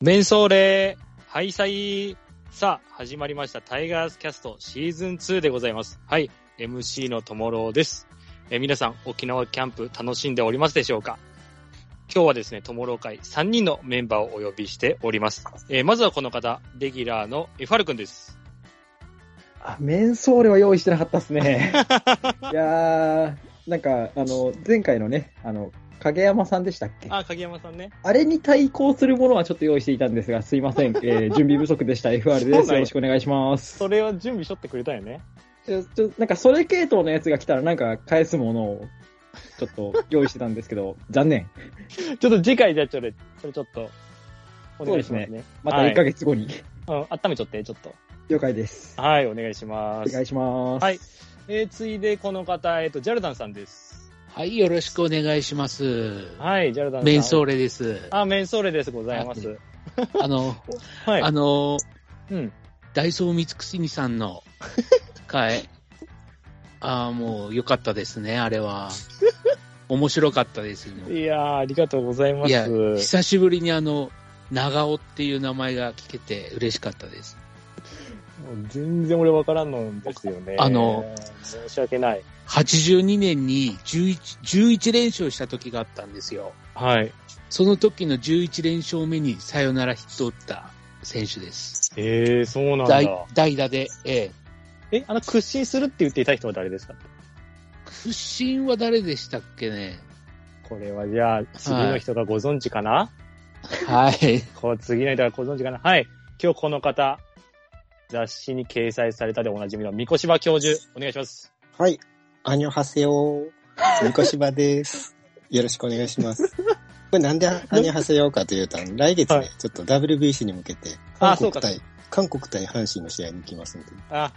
メンソーレハイサイさあ、始まりましたタイガースキャストシーズン2でございます。はい、MC のともろうです。えー皆さん、沖縄キャンプ楽しんでおりますでしょうか今日はですね、ともろう会3人のメンバーをお呼びしております。えーまずはこの方、レギュラーのエファル君です。あ、メンソーレは用意してなかったです ね。いやー、なんか、あの、前回のね、あの、影山さんでしたっけああ、影山さんね。れに対抗するものはちょっと用意していたんですが、すいません。え ー準備不足でした。FR なんでやす。よろしくお願いします。それを準備しとってくれたよね。ちょちょなんか、それ系統のやつが来たら、なんか、返すものを、ちょっと用意してたんですけど、残念。ちょっと次回じゃあちょっと、それちょっと、お願いしますそうね。またはい1ヶ月後に。うん、温めちょって、ちょっと。 了解です。はい、お願いしまお願す。いします。はい。えー、ついでこの方、えっ、と、ジャルダンさんです。はい、よろしくお願いします。はい、ジャルダンさん。メンソーレ。レです。あ、メンソーレです。ございます。あの、はい。あの、うん。ダイソー三国さんの会。ああ、もう良かったですね、あれは。面白かったですよ。いやー、ありがとうございまいや、す。久しぶりにあの、長尾っていう名前が聞けて嬉しかったです。全然俺わからんのんですよね。あの、申し訳ない。 82年に11、11連勝した時があったんですよ。はい。その時の11連勝目にサヨナラヒットを打った選手です。えー、そうなん代だ。代打で、ええ。え、あの、屈伸するって言っていた人は誰ですか屈伸は誰でしたっけねこれはじゃあ、次の人がご存知かな、はい。こう次の人がご存知かなはい。今日この方、雑誌に掲載されたでおなじみの三越柴教授、お願いします。はい。アニョハセヨー。みこしばです。よろしくお願いします。これなんでアニョハセヨーかというと、あの来月ね、はいちょっと WBC に向けて、あ韓そう国か対、韓国対阪神の試合に行きますんで。あ、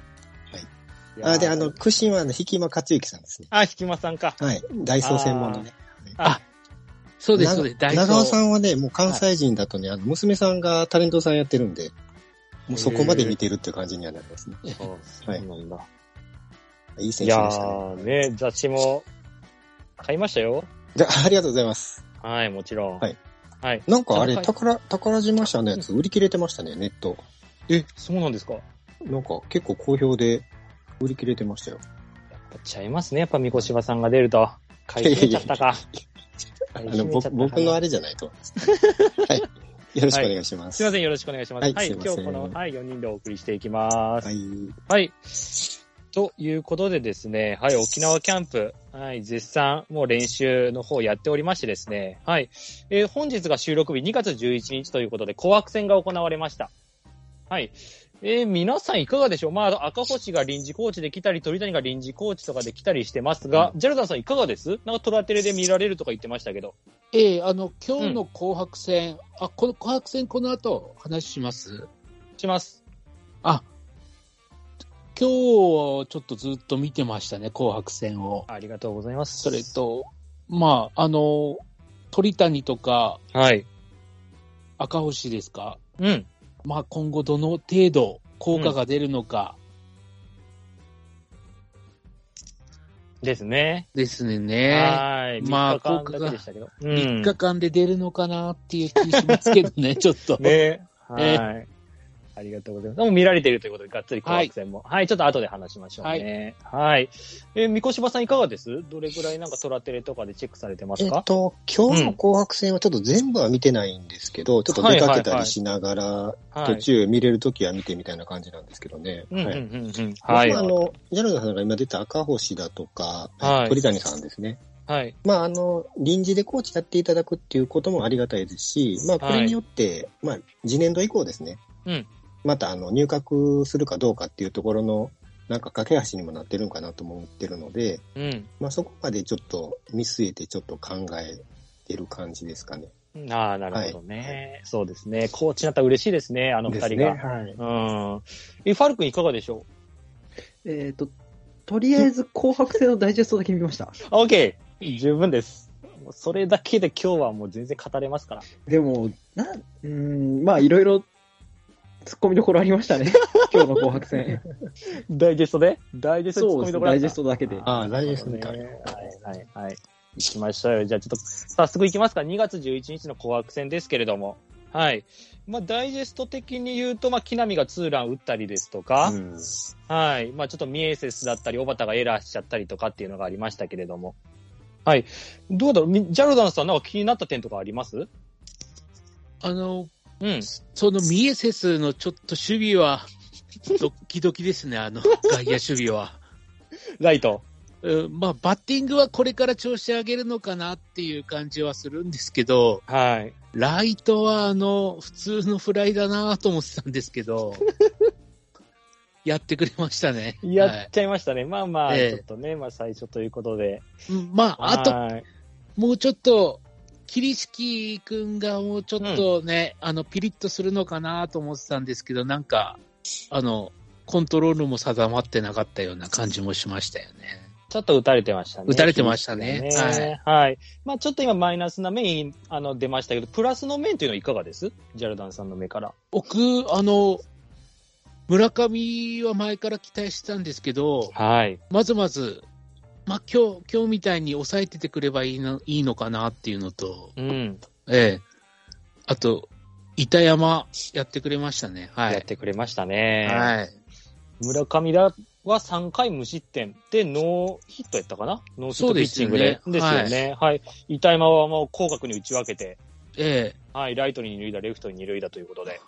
いやーあ、で、あの、、屈伸はあの、引間克之さんですね。あ、ひきまさんか。はい。ダイソー専門のね。そうです、なそうです。大長尾さん。んはね、もう関西人だとね、あの、娘さんがタレントさんやってるんで、もうそこまで見てるっていう感じにはなりますね。そうはいなんだ。いい選い手やでしたね。ー、ね、雑誌も買いましたよ。じゃあ、ありがとうございます。はい、もちろん。はい。はい。なんかあれ、はい宝、宝島社のやつ売り切れてましたね、ネット。え、そうなんですかやっなんか結構好評で売り切れてましたよ。ぱちゃいますね。やっぱ三越柴さんが出ると。買い占めちゃった か。あ買い占のめちゃった僕か僕のあれじゃないと思います。 はい。よろしくお願いします。すいません、よろしくお願いします。は、はいいすい今ません日この、はい、4人でお送りしていきます。はい。はい。ということでですね、はい、沖縄キャンプ、はい、絶賛、もう練習の方やっておりましてですね、はい、えー本日が収録日2月11日ということで、紅白戦が行われました。はい。えー皆さんいかがでしょうまあ、赤星が臨時コーチで来たり、鳥谷が臨時コーチとかで来たりしてますが、ジャルダンさんいかがですなんかトラテレで見られるとか言ってましたけど。ええあの、今日の紅白戦、あ、この紅白戦この後話しますします。あ、今日ちょっとずっと見てましたね、紅白戦を。ありがとうございます。それと、まあ、あの、鳥谷とかはい。赤星ですかうん。まあ、今後どの程度効果が出るのかですね。ですね。はい。まあ3日間だけでしたけど。う3日間で出るのかなっていう気しますけどね、ちょっと。ね。 はえいえ。ありがとうございます。でも見られているということで、がっつり紅白戦も。はい、ちょっと後で話しましょうね。はい。えー、三越柴さんいかがですどれぐらいなんかトラテレとかでチェックされてますえかっ、と、今日の紅白戦はちょっと全部は見てないんですけど、ちょっと出かけたりしながら、は途い。中見れるときは見てみたいな感じなんですけどね。うんうんうはんい。うん。ははい、い。あの、ジャルダさんが今出た赤星だとか、はい鳥谷さんですね。はい。まあ、あの、臨時でコーチやっていただくっていうこともありがたいですし、まあ、これによって、まあ、次年度以降ですね。うんまた、あの、入閣するかどうかっていうところの、なんか、架け橋にもなってるのかなとも思ってるので、うん。まあ、そこまでちょっと見据えて、ちょっと考えてる感じですかね。ああ、なるほどね、そうですね。コーチになったら嬉しいですね、あの二です人ねが。はい。うん。え、ファル君いかがでしょえっ、と、とりあえず紅白戦のダイジェストだけ見ました。うあ ?OK! 十分です。もうそれだけで今日はもう全然語れますから。でも、な、うーん、まあ、いろいろ、突っ込みどころありま したね。今日の紅白戦。ダイジェストでダイジェストそ突っ込うでみすどね、ころダだったイジェストだけで。ああ、大そ丈う夫でですすねね。はいはいはい。行きましょうよ。じゃあちょっと早速行きますか。2月11日の紅白戦ですけれども。はい。まあ、ダイジェスト的に言うと、まあ、木浪がツーラン打ったりですとか、うんはい。まあ、ちょっとミエセスだったり、小畑がエラーしちゃったりとかっていうのがありましたけれども。はい。どうだろうみジャルダンさん、なんか気になった点とかありますあの、うん。そのミエセスのちょっと守備は、ドッキドキですね、あの、外野守備は。 ライト。うんまあ、バッティングはこれから調子上げるのかなっていう感じはするんですけど、はい。ライトはあの、普通のフライだなと思ってたんです けど、やってくれましたね。はやっいちゃいましたね。まあまあ、えちえょっとね、まあ最初ということで。うんまあ、あとはいもうちょっと、キリシキ君がもうちょっとね、あの、ピリッとするのかなと思ってたんですけど、なんか、あの、コントロールも定まってなかったような感じもしましたよね。ちょっと打たれてましたね。打たれてましたね厳しくねはい。まあちょっと今マイナスな面、あの、出ましたけど、プラスの面というのはいかがですジャルダンさんの目から。僕、あの、村上は前から期待してたんですけど、はい。まずまず、まあ、今日、今日みたいに抑えててくればいいの、いいのかなっていうのと、うん。ええ。あと、板山やってくれましたね。はやっい。てくれましたね。はい。村上らは3回無失点でノーヒットやったかなノーヒットピッチングで。そうでですすよよねね。はい。板山はもう広角に打ち分けて、ええ。はい、ライトに二塁だ、レフトに二塁だということで。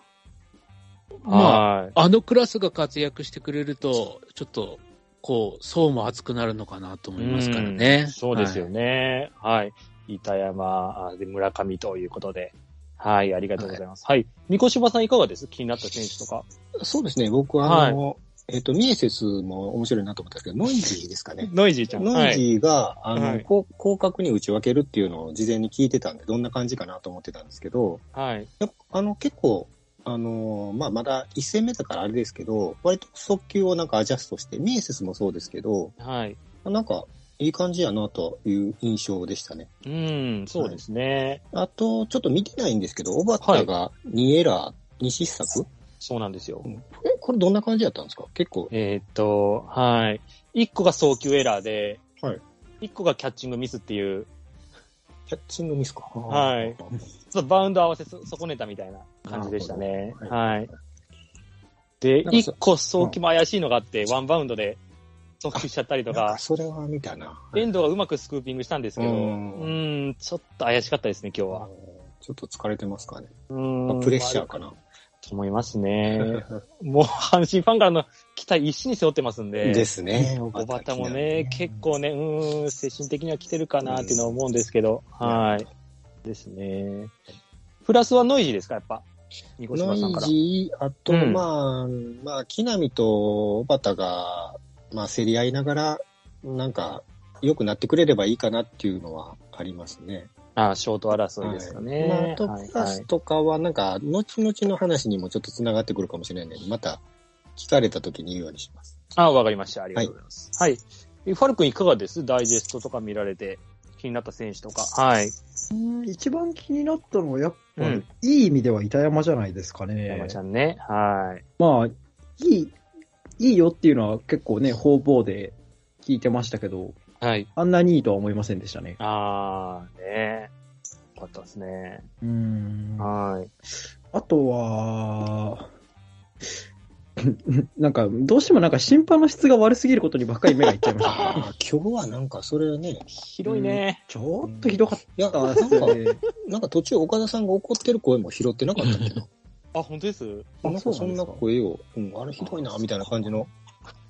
まあ、はい。あのクラスが活躍してくれると、ちょっと、こう、層も厚くなるのかなと思いますからね。うんそうですよね。はい。板山、あで村上ということで。はい、ありがとうございます。はい。三越柴さんいかがです気になった選手とか。。そうですね、僕はあの、えっ、と、ミエセスも面白いなと思ったんですけど、ノイジーですかねノイジーちゃん。ノイジはいーが、あの、はいこう広角に打ち分けるっていうのを事前に聞いてたんで、どんな感じかなと思ってたんですけど、はい。やっぱあの、結構、あの、まあ、まだ1戦目だからあれですけど、割と速球をなんかアジャストして、ミエセスもそうですけど、はい。なんか、いい感じやなという印象でしたね。うん、そうですね。あと、ちょっと見てないんですけど、小畑が2エラー、2失策、そうなんですよ。うんこれ、これどんな感じだったんですか結構。えーっと、はい。一個が送球エラーで、はい一個がキャッチングミスっていう、キャッチングミスか。はいちょっとバウンド合わせそ損ねたみたいな感じでしたね。なるほどは。はいいで、なんか一そ個送球も怪しいのがあって、ワンバウンドで送球しちゃったりとなんかか、それは見たな。遠藤がうまくスクーピングしたんですけど、ううんん、ちょっと怪しかったですね、今日あはの。ちょっと疲れてますかね。うん。プレッシャーかまな。あと思いますね。 もう、阪神ファンからの期待一身に背負ってますんで。 ですね。小畑もうねん、結構ね、うーん、精神的には来てるかなっていうのは思うんですけど、はい。ですね。プラスはノイジーですか、やっぱ。ニコシノバさんイから。ジー、あと、うんまあ、まあ、木浪と小畑が、まあ、競り合いながら、なんか、良くなってくれればいいかなっていうのはありますね。あ、ショート争いですかね。まあ、あと、はいプラスとかは、なんか、後々の話にもちょっと繋がってくるかもしれないので、また、聞かれた時に言うようにします。あ、わかりました。ありがとうございます。はい。えファル君いかがですダイジェストとか見られて、気になった選手とか。はい。うん一番気になったのは、やっうぱ、んいい意味では板山じゃないですかね。山ちゃんね。はい。まあ、いい、いいよっていうのは結構ね、方々で聞いてましたけど、はい。あんなにいいとは思いませんでしたね。あー、ねよかったですね。うんはい。あとは、 なんか、どうしてもなんか審判の質が悪すぎることにばっかり目がいっちゃいましたね。ああ、今日はなんか、それね、広いね。 ちょっとひどかっいや、たっなんすか、ね。なんか途中岡田さんが怒ってる声も拾ってなかったけど、あ、本当 ですあなんそうかなそんでんすかな声を、うん、あれひどいな、みたいな感じの、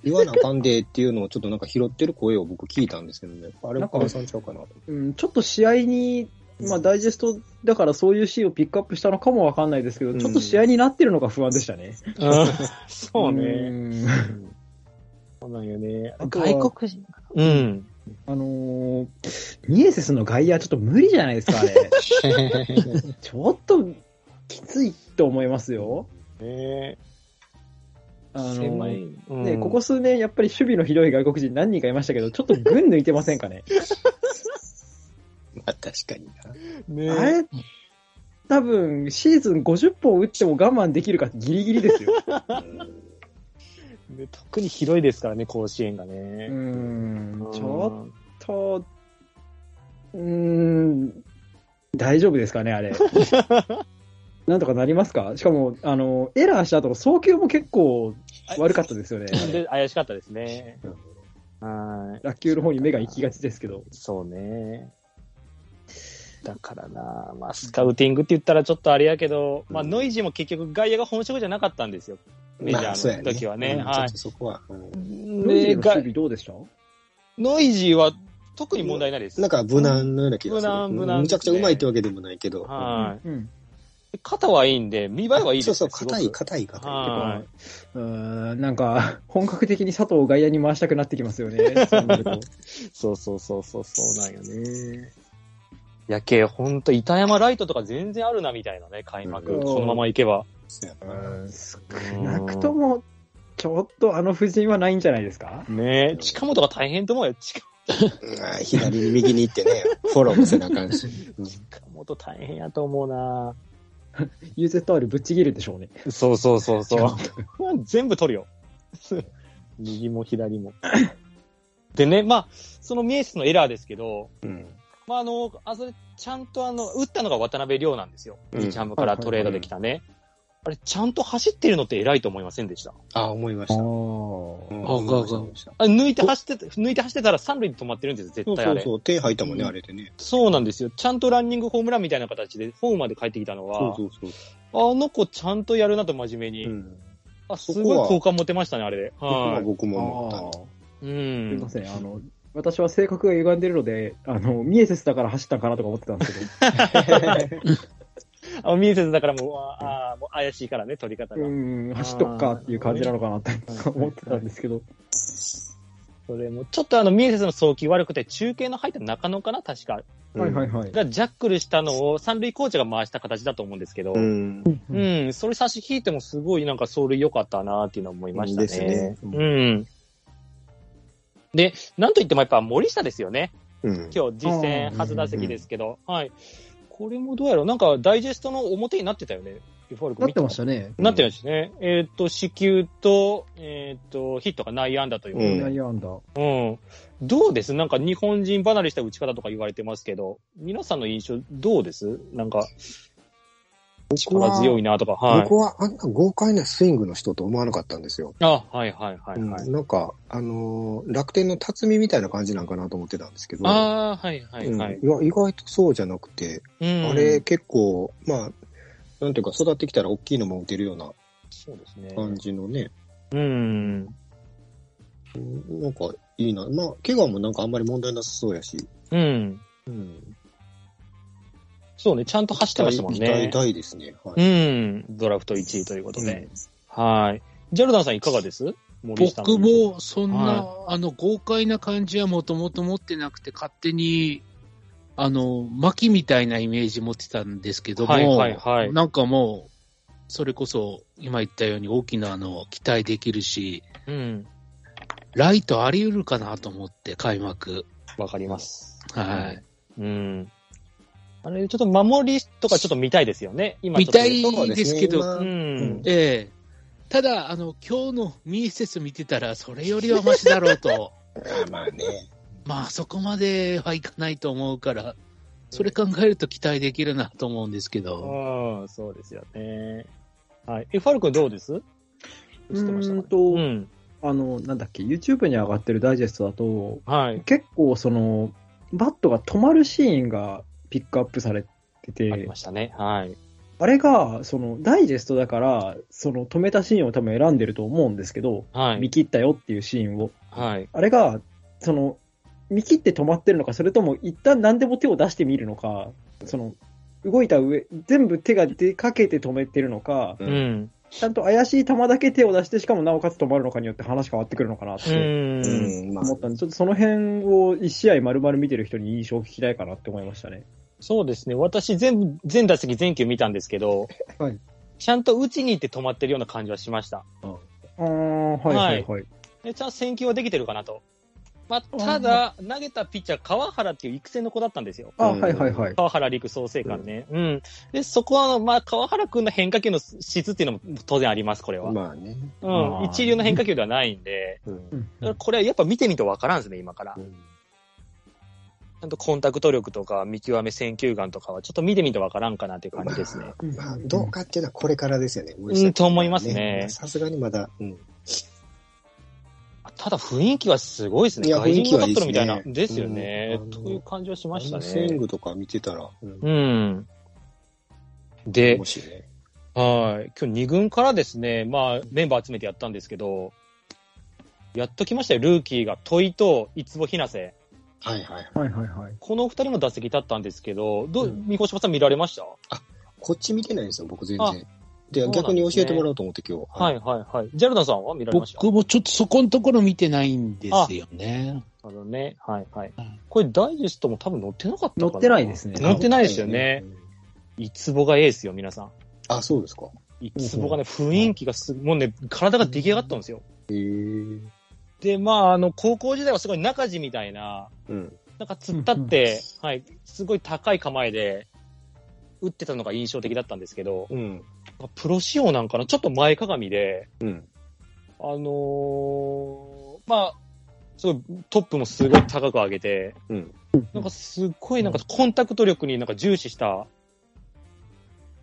言わなあかんでっていうのをちょっとなんか拾ってる声を僕聞いたんですけどね、あれなんか岡田さんちゃうかなと。うん、ちょっと試合に、まあ、ダイジェストだからそういうシーンをピックアップしたのかもわかんないですけど、うんちょっと試合になってるのが不安でしたね。そうね。んそうなんよね。あとは外国人。 うん。あのー、ニエセスの外野はちょっと無理じゃないですか、あれ。 ちょっときついと思いますよ。ねあのー狭い。ね、うんここ数年、やっぱり守備のひどい外国人何人かいましたけど、ちょっと群抜いてません かね。まあ確かにねな。あれ、多分、シーズン50本打っても我慢できるかギリギ リですよ。ね特に広いですからね、甲子園がうね。ーん、ちょっょと、 うーん、大丈夫ですかね、あれ。なんとかなりますかしかも、あの、エラーした後の送球も結構悪かったですよね。で怪しかったですね。はい。落球の方に目が行きがちですけど。そうね。だからな、まあ、スカウティングって言ったらちょっとあれやけど、まあ、うんノイジーも結局外野が本職じゃなかったんですよ。メジャーの時はね。まあそうやはうんちょっとそこは、うんい。ノイジでーの守が備どうでしたノイジーは特に問題ないです。なんか無難のような気がする。無難無難うんむちゃくちゃうまいってわけでもないけど。はうん。い。肩はいいんで、見栄えはいいですそねうそう、すごく硬い、硬い、硬い。はうーん、なんか、本格的に佐藤を外野に回したくなってきますよ ね。そうなるとい。そうそうそうそう、そうなんよね。やけ、ほんと、板山ライトとか全然あるな、みたいなね、開幕。うんこのままいけば。そうやなうん少なくとも、ちょっとあの布陣はないんじゃないですかねえ、近本が大変と思うよ。近うんあー左に右に行ってね、フォローもせなあかんし。うん本大変やと思うな ?UZR ぶっちぎるでしょうね。そうそうそうそう。全部取るよ。 右も左も。でね、まあ、そのミエスのエラーですけど、うんまあ、あの、あ、それ、ちゃんとあの、打ったのが渡辺亮なんですよ。うん日ハムからトレードできたね。あれ、ちゃんと走ってるのって偉いと思いませんでした。あー、思いましあた。あ。うんあ思いました思いましたあれ抜いて走って、抜いて走ってたら三塁で止まってるんですよ、そ絶う対あそうれ。そうそう、手入ったもんね、あれでね。なんですよ。ちゃんとランニングホームランみたいな形で、ホームまで帰ってきたのは、そうそうそう。あの子ちゃんとやるなと真面目に。うん。あ、すそごこいは好感持てましたね、あれで。僕はは僕あも思あっ。い。うすいん。ません。あの、私は性格が歪んでるので、あの、ミエセスだから走ったんかなとか思ってたんですけど。 あ、ミエセスだからもう、ああー、もう怪しいからね、取り方が。うん、走っとくかっていう感じなのかなってー思ってたんですけど。それも、ちょっとあの、ミエセスの送球悪くて、中継の入った中野かな、確か。た。。はいはいいはい。がジャックルしたのを三塁コーチが回した形だと思うんですけど、う、うんん。それ差し引いてもすごいなんか走塁良かったなっていうのは思いましたね。ですねううんん。で、なんといってもやっぱ森下ですよね。うん。今日実戦初打席ですけど、はい。これもどうやろうなんかダイジェストの表になってたよね。なってましたね。ね。なってましたね。えーっ、と、四球と、えーっ、と、ヒットが内野安打ということでうん内野安打。うん。どうですなんか日本人離れした打ち方とか言われてますけど、皆さんの印象どうですなんか、力強いなとか、はい。僕はあんな豪快なスイングの人と思わなかったんですよ。あ、はいはいはいはい。うんなんか、あのー楽天の辰巳みたいな感じなんかなと思ってたんですけど。ああ、はいはいうんはいい。や意外とそうじゃなくて、うんあれ、結構、まあ、なんていうか育ってきたら大きいのも打てるようなそうです感ね。じのね、うん。うんなんかいいな。まあ、怪我もなんかあんまり問題なさそうやし、うん。うん。そうね、ちゃんと走ってましたもん期待ね。大ですね。はうい。ん。ドラフト1位ということうでん。はい。ジャルダンさんいかがです森下の僕もそんな、はあの豪快な感じはもともと持ってなくて、勝手にあの牧みたいなイメージ持ってたんですけども、はいはいはいなんかもう、それこそ今言ったように大きなの期待できるし、うん。ライトあり得るかなと思って、開幕。わかります。はい。うん。あれ、ちょっと守りとかちょっと見たいですよね。今ちょっ見とたいそうですけど、今うん。ええただ、あの、今日のミーセス見てたら、それよりはマシだろう と。まあね。まあ、そこまではいかないと思うから、それ考えると期待できるなと思うんですけど。うん、そうですよね。はい。え、ファル君どうです映うってましたーかんと、うん。あの、なんだっけ、YouTube に上がってるダイジェストだと、はい。結構その、バットが止まるシーンがピックアップされてありてま、したね。はい。あれが、その、ダイジェストだから、その止めたシーンを多分選んでると思うんですけど、は見い。切ったよっていうシーンを。はい。あれが、その、見切って止まってるのか、それとも一旦何でも手を出してみるのか、その、動いた上、全部手が出かけて止めてるのか、うう。ん。ちゃんと怪しい球だけ手を出して、しかもなおかつ止まるのかによって話変わってくるのかなっうてん。うん、まあ思、ったんで、ちょっとその辺を一試合丸々見てる人に印象を聞きたいかなって思いましたね。そうですね。私、全部、全打席全球見たんですけど、はいちゃんと打ちに行って止まってるような感じはしました。あーはいはいはい。で、ちゃんと選球はできてるかなと。まあ、ただ、投げたピッチャー、川原っていう育成の子だったんですよ。あはいはいはい。川原陸創成館ね。うん。で、そこはあの、まあ、川原君の変化球の質っていうのも当然あります、これは。まあね。うん。あー一流の変化球ではないんで、うんうだんからこれはやっぱ見てみるとわからんですね、今から。ちゃんとコンタクト力とか、見極め選球眼とかは、ちょっと見てみてわからんかなっていう感じですね。まあ、どうかっていうのはこれからですよね。うんと思いますねさすがにまだ、うん。ただ雰囲気はすごいですね。いや外人のカップル雰み囲気たはいな。いでですねすよね、うんあのという感じはしましたあのスインね。グとか見てたら、うんうん。でも、しね。はい。今日2軍からですね、まあ、メンバー集めてやったんですけど、やっときましたよ、ルーキーが、戸井と五つぼひなせ。はいはい。はいはいはい。このお二人も打席立ったんですけど、どう、うん三越さん見られました、こっち見てないんですよ、僕全あ然。で、そうなんですね逆に教えてもらおうと思って今日。はい、はいはい。ジャルダンさんは見られました僕もちょっとそこのところ見てないんですよね。なるほどね。はいはいうん。これダイジェストも多分載ってなかったかな載ってないですね載ってないですよね。。いつぼがエースよ、皆さん。あ、そうですか。いつぼがね、雰囲気がすごい、もうね、体が出来上がったんですよ。へえ。で、まあ、あの、高校時代はすごい中地みたいな、うん。なんか突っ立って、はい、すごい高い構えで、打ってたのが印象的だったんですけど、うん。プロ仕様なんかなちょっと前かがみで、うん。あのーまあ、すごいトップもすごい高く上げて、うん。なんかすっごいなんかコンタクト力になんか重視した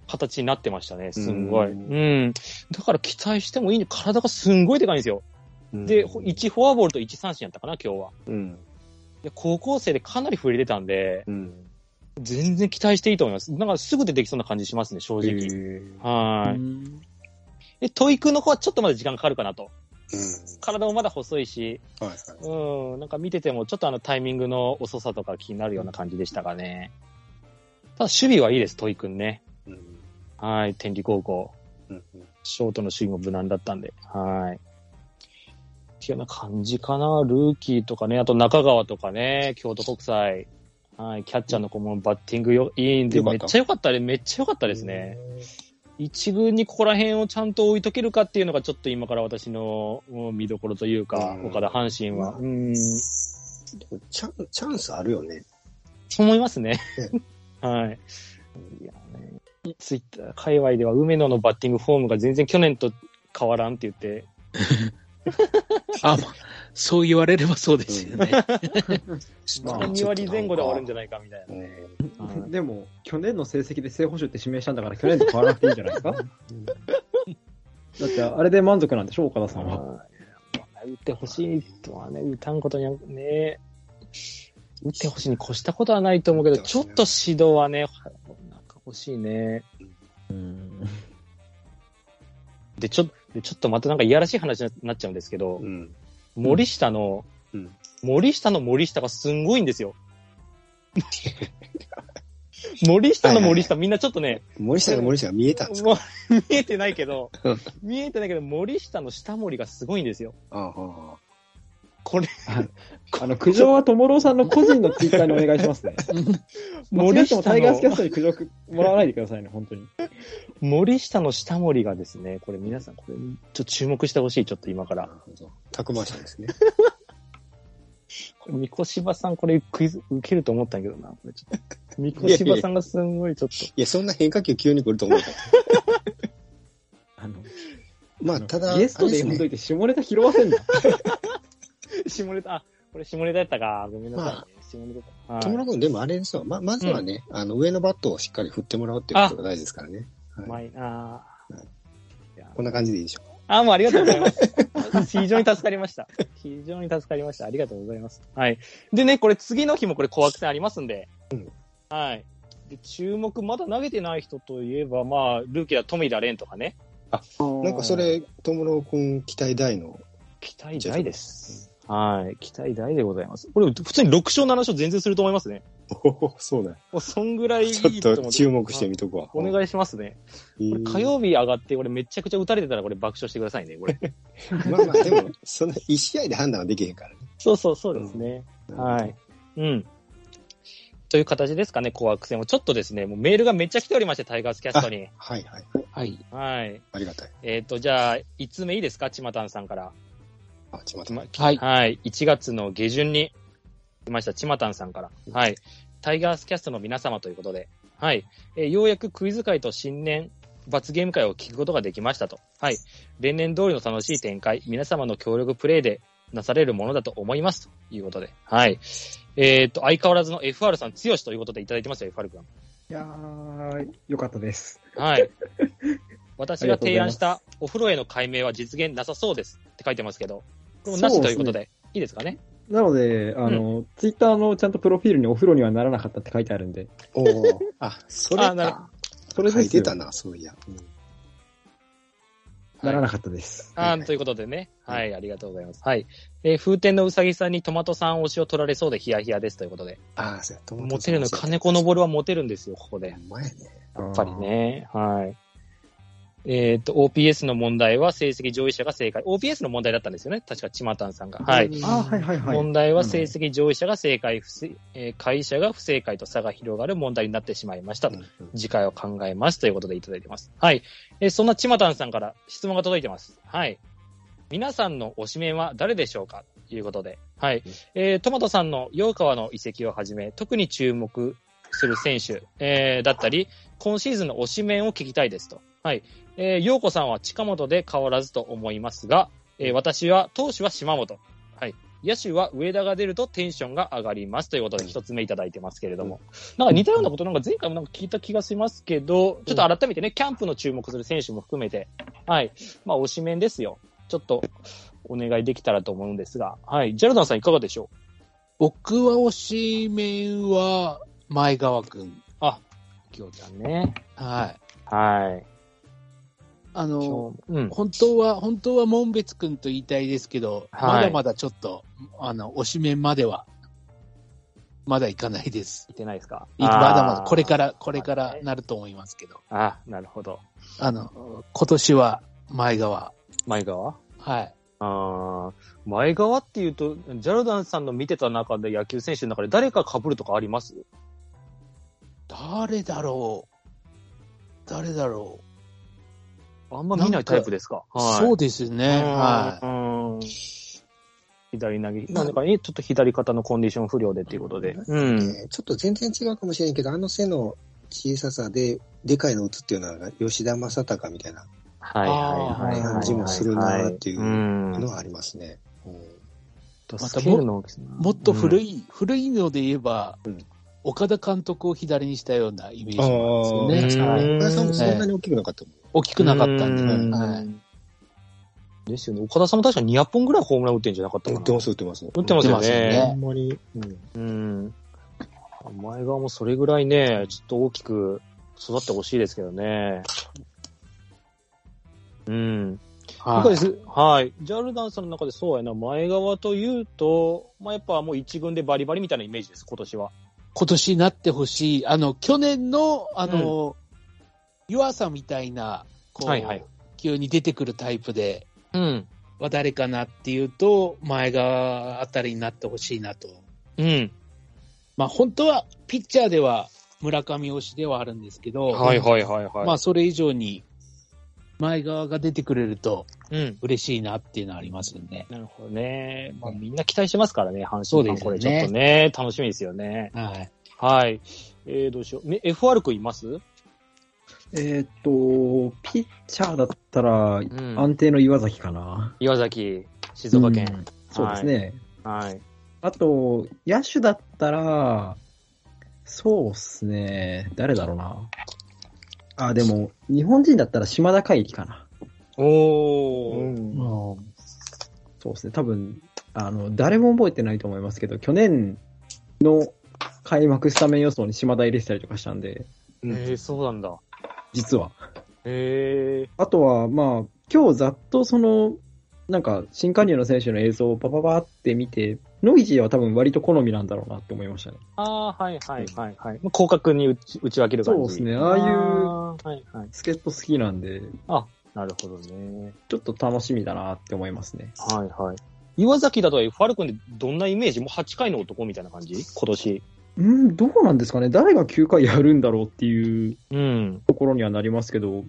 形になってましたね、すんごい。ううんん。だから期待してもいいね。体がすんごいでかいんですよ。で、うん、 1フォアボールと1三振やったかな、今日は。うん。で高校生でかなり振り出たんで、うん。全然期待していいと思います。なんかすぐ出てきそうな感じしますね、正へ直。え。はうい。んで、トイ君の子はちょっとまだ時間かかるかなと。うん。体もまだ細いし、はいはい。うん、なんか見ててもちょっとあのタイミングの遅さとか気になるような感じでしたかね。ただ守備はいいです、トイ君ね。うん。はい、天理高校。うん。ショートの守備も無難だったんで。はい。っていうような感じかな。ルーキーとかね、あと中川とかね、京都国際。はい、キャッチャーの子もバッティングよいいんで、よかっめったちゃ良かったね。めっちゃ良かったですね。。一軍にここら辺をちゃんと置いとけるかっていうのが、ちょっと今から私のうん見どころというか、うん岡田阪神は。うん、チャン、チャンスあるよね。そう思いますね。はい。いやね、ツイッター界隈では梅野のバッティングフォームが全然去年と変わらんって言って、あ、まあそう言われればそうですよね。まあ2割前後で終わるんじゃゃないかみたいなね。はいでも、去年の成績で正捕手って指名したんだから、去年と変わらなくていいんじゃないですかだって、あれで満足なんでしょ、岡田さんは。打ってほしいとはね、打たんことにはね、打ってほしいに越したことはないと思うけど、打ってちほょっしいねと指導はね、なんか欲しいね。で、ちょでちょっとまたなんかいやらしい話になっちゃうんですけど、うん。森下の、うん森下の森下がすんごいんですよ。 森下の森下、みんなちょっとね、森下が森下が見えたんですかもう見えてないけど、見えてないけど、森下の下森がすごいんですよ。ああああこれ、あの、苦情はともろうさんの個人のツイッターにお願いしますね。間違 ってもタイガースキャストに苦情もらわないでくださいね、本当に。森下の下森がですね、これ皆さん、これ、ちょっと注目してほしい、ちょっと今かならる。ほど。たくましいですね。これ、三越柴さん、これクイズ受けると思ったんやけどな、これちょっと。三越柴さんがすんごい、ちょっと。いや、そんな変化球急に来ると思うから。あの、まあ、ただ、ゲストあれです呼んねどいて下ネタ拾わせんな。下ネタ、あ、これ下ネタやったか。ごめんなさいね。ま下ネタ。はい友野君、でもあれですよ。ま、まずはね、あの、上のバットをしっかり振ってもらうっていうことが大事ですからね。うまいなぁはいいやこんな感じでいいでしょう。あ、もうありがとうござい ます。非常に助かりました。非常に助かりました。ありがとうございます。はい。でね、これ次の日もこれ、紅白戦ありますんで。はい。で、注目、まだ投げてない人といえば、まあ、ルーキーだ、富田蓮とかね。なんかそれ、友野君期待大の。 期待大です。はい。期待大でございます。これ、普通に6勝7勝全然すると思いますね。そうだよ。もう、そんぐらいいいちょっ思と注目してみとくわ。お願いしますね。これ火曜日上がって、俺めちゃくちゃ打たれてたらこれ爆笑してくださいね、これ。まあまあ、でも、そんな1試合で判断はできへんからね。 そうそうそうですね。はい。。うん。という形ですかね、紅白戦を。ちょっとですね、もうメールがめっちゃ来ておりまして、タイガースキャストに。はいはい。はい。はい。ありがたい。えっ、と、じゃあ、5つ目いいですか、ちまたんさんから。あ、ちまた。まはい。はい。1月の下旬に来ました、ちまたんさんから。はい。タイガースキャストの皆様ということで、はい。えーようやくクイズ会と新年罰ゲーム会を聞くことができましたと。はい。例年通りの楽しい展開、皆様の協力プレイで、なされるものだと思います。ということで。はい。えっと、相変わらずの FR さん強しということでいただいてますよ、FR 君。いやー、よかったです。 はい。私ありががとうご提ざいます案したお風呂への解明は実現なさそうですって書いてますけど、これもそうなですしねということで、いいですかね。なので、あの、ツイッターのちゃんとプロフィールにお風呂にはならなかったって書いてあるんで、おお。あ、それあなるか。それ書でいすよてたな、そういや。うんならなかったです。あーということでね。はい、ありがとうございます。はい。えー風天のうさぎさんにトマトさん推しを取られそうでヒヤヒヤですということで。ああ、そうや、トマトモテるの、金子の。昇はモテるんですよ、ここで。前ね。ややっぱり。ね。はい。えっ、と、OPS の問題は成績上位者が正解。OPS の問題だったんですよね。確か、ちまたんさんが。はい。あーはいはいはい。問題は成績上位者が正解、不正えー会社が不正解と差が広がる問題になってしまいました。うん次回を考えますということでいただいてます。はい。えーそんなちまたんさんから質問が届いてます。はい。皆さんの推しメンは誰でしょうかということで。はい。えートマトさんの洋川の移籍をはじめ、特に注目する選手、えーだったり、今シーズンの推しメンを聞きたいですと。はい。えー、洋子さんは近本で変わらずと思いますが、えー私は、投手は島本。はい。野手は上田が出るとテンションが上がりますということで一つ目いただいてますけれども。なんか似たようなことなんか前回もなんか聞いた気がしますけど、ちょっと改めてね、キャンプの注目する選手も含めて、はい。まあ、推しメンですよ。ちょっとお願いできたらと思うんですが、はい。ジャルダンさんいかがでしょう僕は推し面は前川くん。あ、きょうちゃんね。はい。はい。あの、 うん。本当は、本当は門別くんと言いたいですけど、はいまだまだちょっと、あの、推し面までは、まだいかないです。いてないですか。いまだまだ、これからら、これからなると思いますけど、あ、なるほど。あの、今年は前川。前川はい。あー前川っていうと、ジャルダンさんの見てた中で野球選手の中で誰か被るとかあります誰だろう誰だろあんま見ないタイプですかう、はいそうですね。はうーんうーん左投げ、なんかね、ちょっと左肩のコンディション不良でっていうことで。うん。ねちょっと全然違うかもしれんけど、あの背の小ささで、でかいの打つっていうのは、吉田正尚みたいなはいはいはいはい。感じもするなっていううんのはありますね。うんスケールの大きさな。い。もっと古い。い、古いので言えば、岡田監督を左にしたようなイメージなんあでーすよね。はいうん岡田さんもそんなに大きくなかったもん。大きくなかったんで、うんはい。ですよね。岡田さんも確か200本ぐらいホームラン打ってんじゃなかった打かってなま。す、打ってます。打ってますよ打ってますねよあね。んまり、うんうん。前側もそれぐらいね、ちょっと大きく育ってほしいですけどね。うん。今回はでいす。はい。ジャルダンさんの中でそうやな、前側というと、まあ、やっぱもう一軍でバリバリみたいなイメージです、今年は。今年になってほしい。あの、去年の、あの、湯浅みたいな、こう、はいはい急に出てくるタイプで、うん。は誰かなっていうと、前川あたりになってほしいなと。うん。まあ、本当はピッチャーでは村上推しではあるんですけど、はいはいはいはい。まあ、それ以上に前側が出てくれるとうん。嬉しいなっていうのはありますよね。なるほどね。まあ、みんな期待してますからね、阪そう神でファンすこよれねちょっとね、楽しみですよね。はい。はい。えー、どうしよう。ね FR 君いますえーっと、ピッチャーだったら、うん安定の岩崎かな。岩崎、静岡県。うんそうですね。はい。あと、野手だったら、そうっすね。誰だろうな。あ、でも、日本人だったら島田海里かな。おー。うんそうですね。多分、あの、誰も覚えてないと思いますけど、去年の開幕スタメン予想に島田入れてたりとかしたんで、えー、そうなんだ。実は。えあとは、まあ、今日ざっとその、なんか、新加入の選手の映像をパパパって見て、ノイジーは多分割と好みなんだろうなって思いましたね。ー、ああ、はいはいはいはい。まあ、広角に打ち打ち分ける感じ。そうですねああいうあーはいはい。助っ人好きなんで、なるほどね。ちょっと楽しみだなって思いますね。はいはい。岩崎だと FR 君でどんなイメージもう8回の男みたいな感じ今年。うん、どうなんですかね。誰が9回やるんだろうっていううん。ところにはなりますけど、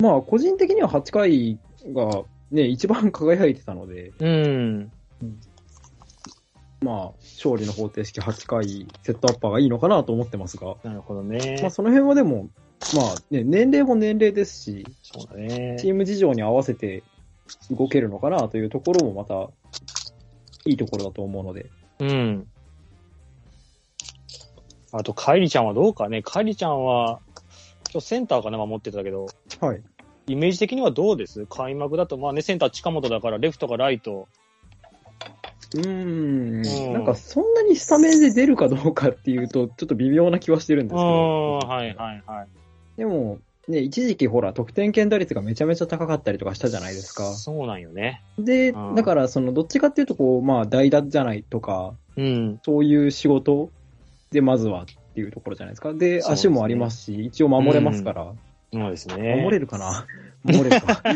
まあ、個人的には8回が、ね、一番輝いてたので、うん。まあ、勝利の方程式8回、セットアッパーがいいのかなと思ってますが、なるほどね。まあ、その辺はでも、まあ、ね、年齢も年齢ですし、そうだね。チーム事情に合わせて動けるのかなというところもまた、いいところだと思うので。うん。あと、カイリちゃんはどうかね。カイリちゃんは、今日センターかな、守ってたけど、はい。イメージ的にはどうです開幕だと、まあね、センター近本だから、レフトがライト。うーうんん。なんかそんなにスタメンで出るかどうかっていうと、ちょっと微妙な気はしてるんですけど。あーはいはいはい。でも、ね、一時期ほら、得点圏打率がめちゃめちゃ高かったりとかしたじゃないですか。そうなんよね。で、うんだから、その、どっちかっていうと、こう、まあ、代打じゃないとか、うん。そういう仕事で、まずはっていうところじゃないですか。そで、うですね足もありますし、一応守れますから。そうですね。守れる。るかな 守れる か。う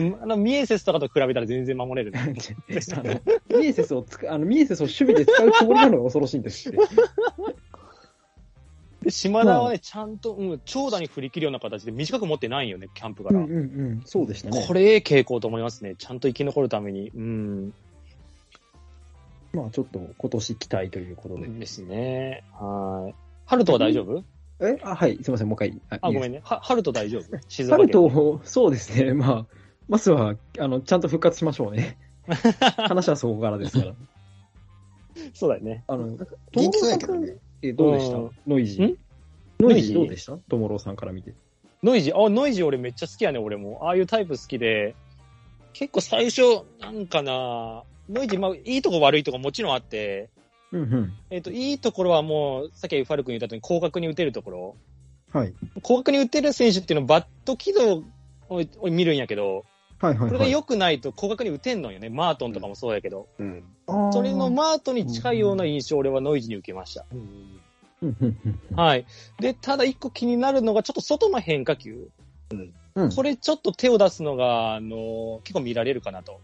ん、あの、ミエセスとかと比べたら全然守 れるね。あのミエセスをつく、あの、ミエセスを守備で使うつもりなのが恐ろしいんですって。で島田はまね、ちゃんと、うん、長打に振り切るような形で短く持ってないよね、キャンプかうんら。うんうん。そうでしたね。これ、ええ傾向と思いますね。ちゃんと生き残るために。うん。まあ、ちょっと今年期待ということで。ですね。はい。ハルトは大丈夫えあ、はい。すいません。もう一回。あ、ごめん。んね。はハルト大丈夫 静ハ岡ル県。ト、そうですね。まあ、まずは、あの、ちゃんと復活しましょうね。話はそこからですから。そうだよね。あの、元気そうやけどね。え、どうでしたうんノイジんー。ノノイイジジーーどうでしたトモローさんから見て。ノイジー、あ、ノイジー俺めっちゃ好きやね、俺も。ああいうタイプ好きで。結構最初、なんかな、ノイジー、まあ、いいとこ悪いとこもちろんあって、うんうん。えっ、と、いいところはもう、さっきファル君言った通り、広角に打てるところ。はい。広角に打てる選手っていうのは、バット軌道をを見るんやけど、はいはこれが良くないと広角に打てんのよね。マートンとかもそうやけど。うん。それのマートンに近いような印象を俺はノイジーに受けました。うんうんうんうんうんはい。で、ただ一個気になるのが、ちょっと外の変化球。うんこれちょっと手を出すのが、あの、結構見られるかなと。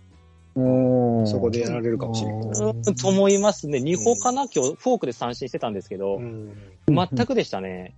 おーそこでやられるかもしれない。うん、と思いますね。二歩かな今日、フォークで三振してたんですけど、うん全くでしたね。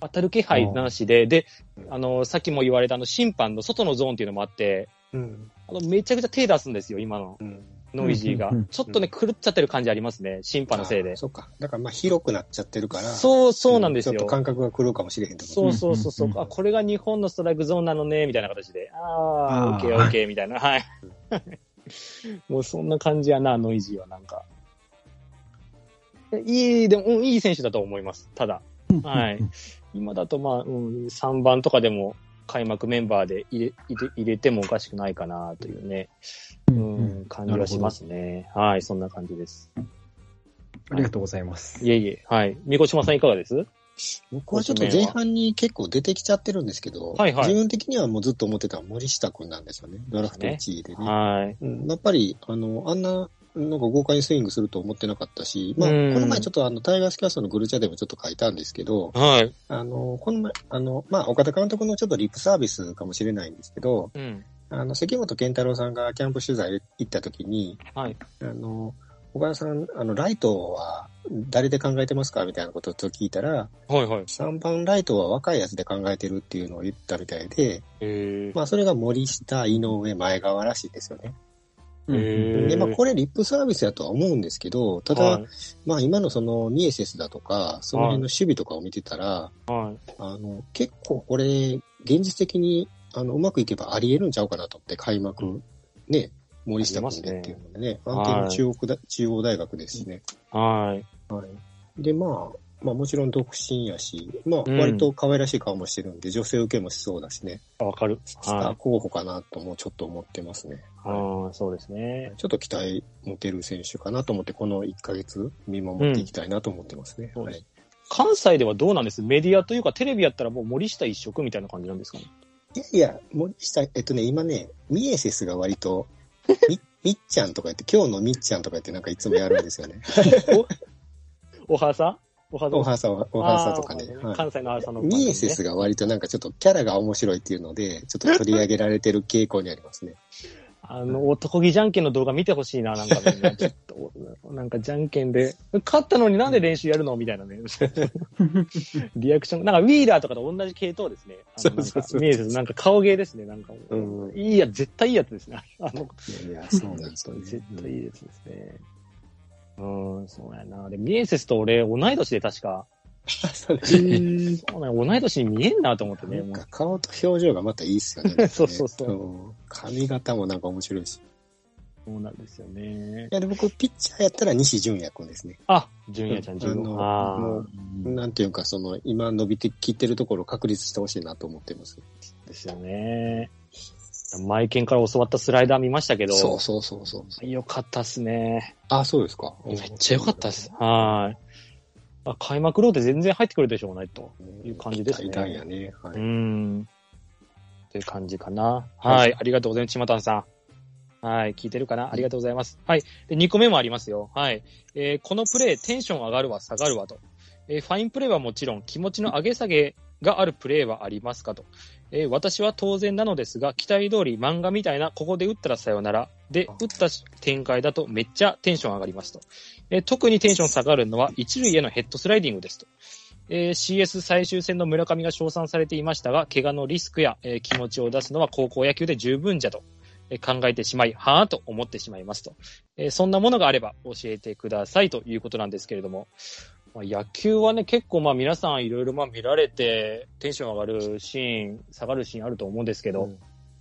当たる気配なしで、で、あの、さっきも言われたあの、審判の外のゾーンっていうのもあって、うん。あのめちゃくちゃ手出すんですよ、今のうん。ノイジーがうんうんうん。ちょっとね、狂っちゃってる感じありますね、審判のせいであ。そっか。だからまあ広くなっちゃってるから。う、そう、そうなんですちょよっと。感覚が狂うかもしれへんとか。そうそうそうそう、うんうんうんあ、これが日本のストライクゾーンなのね、みたいな形で。ああ、オあーッケーオッケー、みたいな。はい。 もうそんな感じやな、ノイジーは、なんか。いい、でも、うんいい選手だと思います、ただ。 はい。今だと、まあ、うん、3番とかでも開幕メンバーで入れ入れ入れてもおかしくないかな、というね、ううんうんん、感じがしますね。はい、そんな感じです。ありがとうございます。いえいえ、はい。三越島さんいかがです僕はちょっと前半に結構出てきちゃってるんですけど、はいはい自分的にはもうずっと思ってた森下君なんですよね。ドラフト1位でね。はい。うん、やっぱり、あの、あんな、なんか豪快にスイングすると思ってなかったし、まあ、こうんの前ちょっとあの、タイガースキャストのグルーチャーでもちょっと書いたんですけど、はい。あの、この前、あの、まあ、岡田監督のちょっとリップサービスかもしれないんですけど、うん。あの、関本健太郎さんがキャンプ取材行った時に、はい。あの、岡田さん、あの、ライトは誰で考えてますかみたいなことを聞いたら、はいはい。 3番ライトは若いやつで考えてるっていうのを言ったみたいで、えーまあ、それが森下、井上、前川らしいですよね。うんへーで、まあ、これリップサービスだとは思うんですけど、ただ、はいまあ、今のその、ミエセスだとか、その辺の守備とかを見てたら、はい。あの、結構これ、現実的に、あの、うまくいけばあり得るんちゃうかなと思って、開幕、うんね、森下君でっていうのでね、りますね安定の中央,、中央大学ですしね。はい。で、まあ、まあもちろん独身やし、まあうん割と可愛らしい顔もしてるんで、女性受けもしそうだしね、あわかる。スターは候補かなともちょっと思ってますね。い。ああ、そうですね。ちょっと期待持てる選手かなと思って、この1ヶ月見守っていきたいなと思ってますね。うんはい関西ではどうなんですメディアというか、テレビやったらもう森下一色みたいな感じなんですかね。いやいや、森下、えっとね、今ね、ミエセスが割 と、みみっちゃんとか言って、今日のみっちゃんとか言ってなんかいつもやるんですよね。 おはさおはさおはさは、おはさとかねあ。ーはい関西のおはさの感じね。ミエセスが割となんかちょっとキャラが面白いっていうので、ちょっと取り上げられてる傾向にありますね。あの、男気じゃんけんの動画見てほしいな、なんかみん な。ちょっと、なんかじゃんけんで、勝ったのになんで練習やるのみたいな ね。リアクション。なんか、ウィーラーとかと同じ系統ですね。あのなんかそうそうそうミエセス、なんか顔芸ですね、なんかもう。うんいいや、絶対いいやつですね。あの、いや、そうなんですよね。絶対いいですね。うん、そうやな。で、ミエセスと俺、同い年で確か。そうですね そうなんや同い年に見えんなと思ってね。なんもうか 顔と表情がまたいいっすよね。なんかねそうそうそううん。髪型もなんか面白いし。そうなんですよね。いや、で僕、ピッチャーやったら西純也君ですね。あ、純也ちゃん、純あ也。のあもあう、なんていうか、その、今伸びてきてるところを確立してほしいなと思ってます。ー、ですよね。マイケンから教わったスライダー見ましたけど、そうそうそうそう。よかったっすね。あ、そうですか。めっちゃよかったっす。。 はい。あ開幕ローテ全然入ってくるでしょうがないと。いう感じですね期待だね。はうい。ん。という感じかな。はいはい。ありがとうございます、ちまたんさん。はい。聞いてるかなありがとうございます。はい。で、2個目もありますよ。はい。えーこのプレイ、テンション上がるわ、下がるわと。えーファインプレーはもちろん、気持ちの上げ下げがあるプレーはありますかと。えー私は当然なのですが、期待通り漫画みたいな、ここで打ったらさよなら。で、打った展開だとめっちゃテンション上がりますと。えー特にテンション下がるのは、一塁へのヘッドスライディングですと。えー CS 最終戦の村上が称賛されていましたが、怪我のリスクや、えー気持ちを出すのは高校野球で十分じゃと、えー考えてしまい、はぁと思ってしまいますと、えーそんなものがあれば教えてくださいということなんですけれども、まあ、野球はね、結構まあ皆さんいろいろまあ見られて、テンション上がるシーン、下がるシーンあると思うんですけど、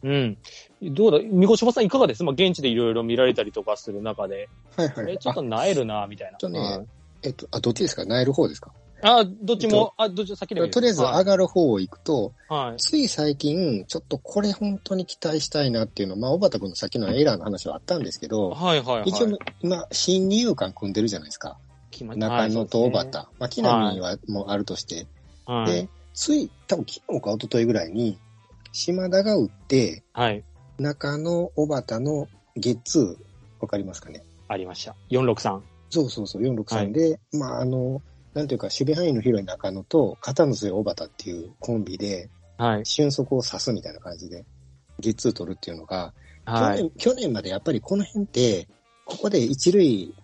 うん。どうだ、みこしばさんいかがですまあ現地でいろいろ見られたりとかする中で、はいはえい。ちょっとあなえるな、みたいな。ちょっとねうんえっと、あ、どっちですかナイル方ですかあ、どっちも、あ、どっちも先でもいいですとりあえずは上いがる方を行くと、はい。つい最近、ちょっとこれ本当に期待したいなっていうのは、まあ、小畑君のさっきのエラーの話はあったんですけど、はいはいはい。一応、今、新二遊間組んでるじゃないですか。決まっ中野と小畑。はまあ、木浪はもうあるとして。いそうですねで、つい、多分昨日か一昨日ぐらいに、島田が打って、はい。はい。中野、小畑のゲッツー、わかりますかねありました。463。そうそうそう、463で、まあ、あの、なんていうか、守備範囲の広い中野と、肩の強い小畑っていうコンビで、はい。俊足を刺すみたいな感じで、ゲッツー取るっていうのが、は去い。年去年までやっぱりこの辺って、ここで一塁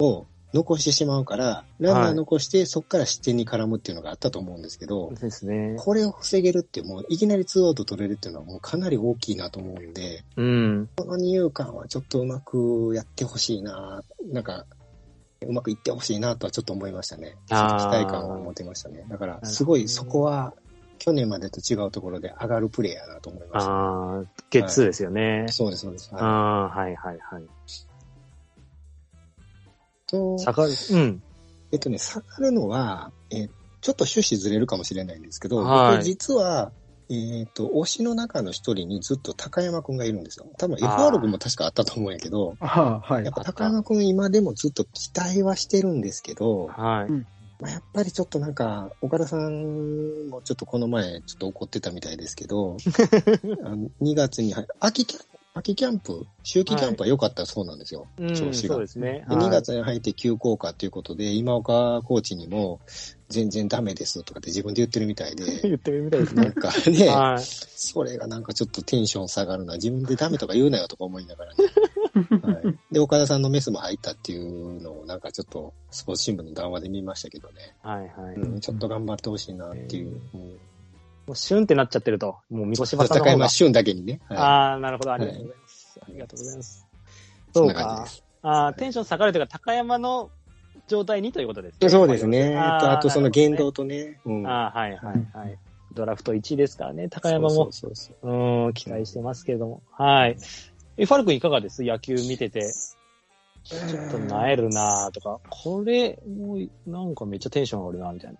を残してしまうから、ランナはーい残して、そこから失点に絡むっていうのがあったと思うんですけど、ですね。これを防げるって、もういきなりツーアウト取れるっていうのはもうかなり大きいなと思うんで、うん。この二遊間はちょっとうまくやってほしいな、なんか、うまくいってほしいなとはちょっと思いましたね。期あー待感を持てましたね。だから、どすごいそこは、去年までと違うところで上がるプレイヤーだと思いました。あー、ゲッツーですよね。そうです、そうです。はいあー、はいはいはい。と、下がる。うん。えっとね、下がるのは、えーちょっと趣旨ずれるかもしれないんですけど、はい僕実は、えーっと、推しの中の一人にずっと高山くんがいるんですよ。多分あー FR 君も確かあったと思うんやけど、ああ、はいやっ。ぱ高山くん今でもずっと期待はしてるんですけど、はい。まあ、やっぱりちょっとなんか、岡田さんもちょっとこの前ちょっと怒ってたみたいですけ ど、あの2月に入秋キャン秋キャンプ、秋季キャンプは良かったそうなんですよ。うん、調子がそうですね。ではい2月に入って急降下ということで、今岡コーチにも全然ダメですとかって自分で言ってるみた いで、言ってみたいですなんね。か ね、はい。それがなんかちょっとテンション下がるな、自分でダメとか言うなよとか思いながらね。はい、で、岡田さんのメスも入ったっていうのをなんかちょっとスポーツ新聞の談話で見ましたけどね。はいはい。うんちょっと頑張ってほしいなっていう。うんもうシュンってなっちゃってると。もうみこしばさんの高方が山。俊だけにね。はいあー、なるほど。ありがとうございます。ありがとうございます。そそんうな感じかで。す。あー、テンション下がるというか、高山の状態にということですね。そうですね。あーあと、あとそのなるほどね言動とね。うんあーはいはいはうい。ドラフト1位ですからね、高山も、そうそうそううーん、期待してますけれども。はい。え、ファル君いかがです野球見てて。ちょっとなえるなとか、これ、もう、なんかめっちゃテンション上がるなみたい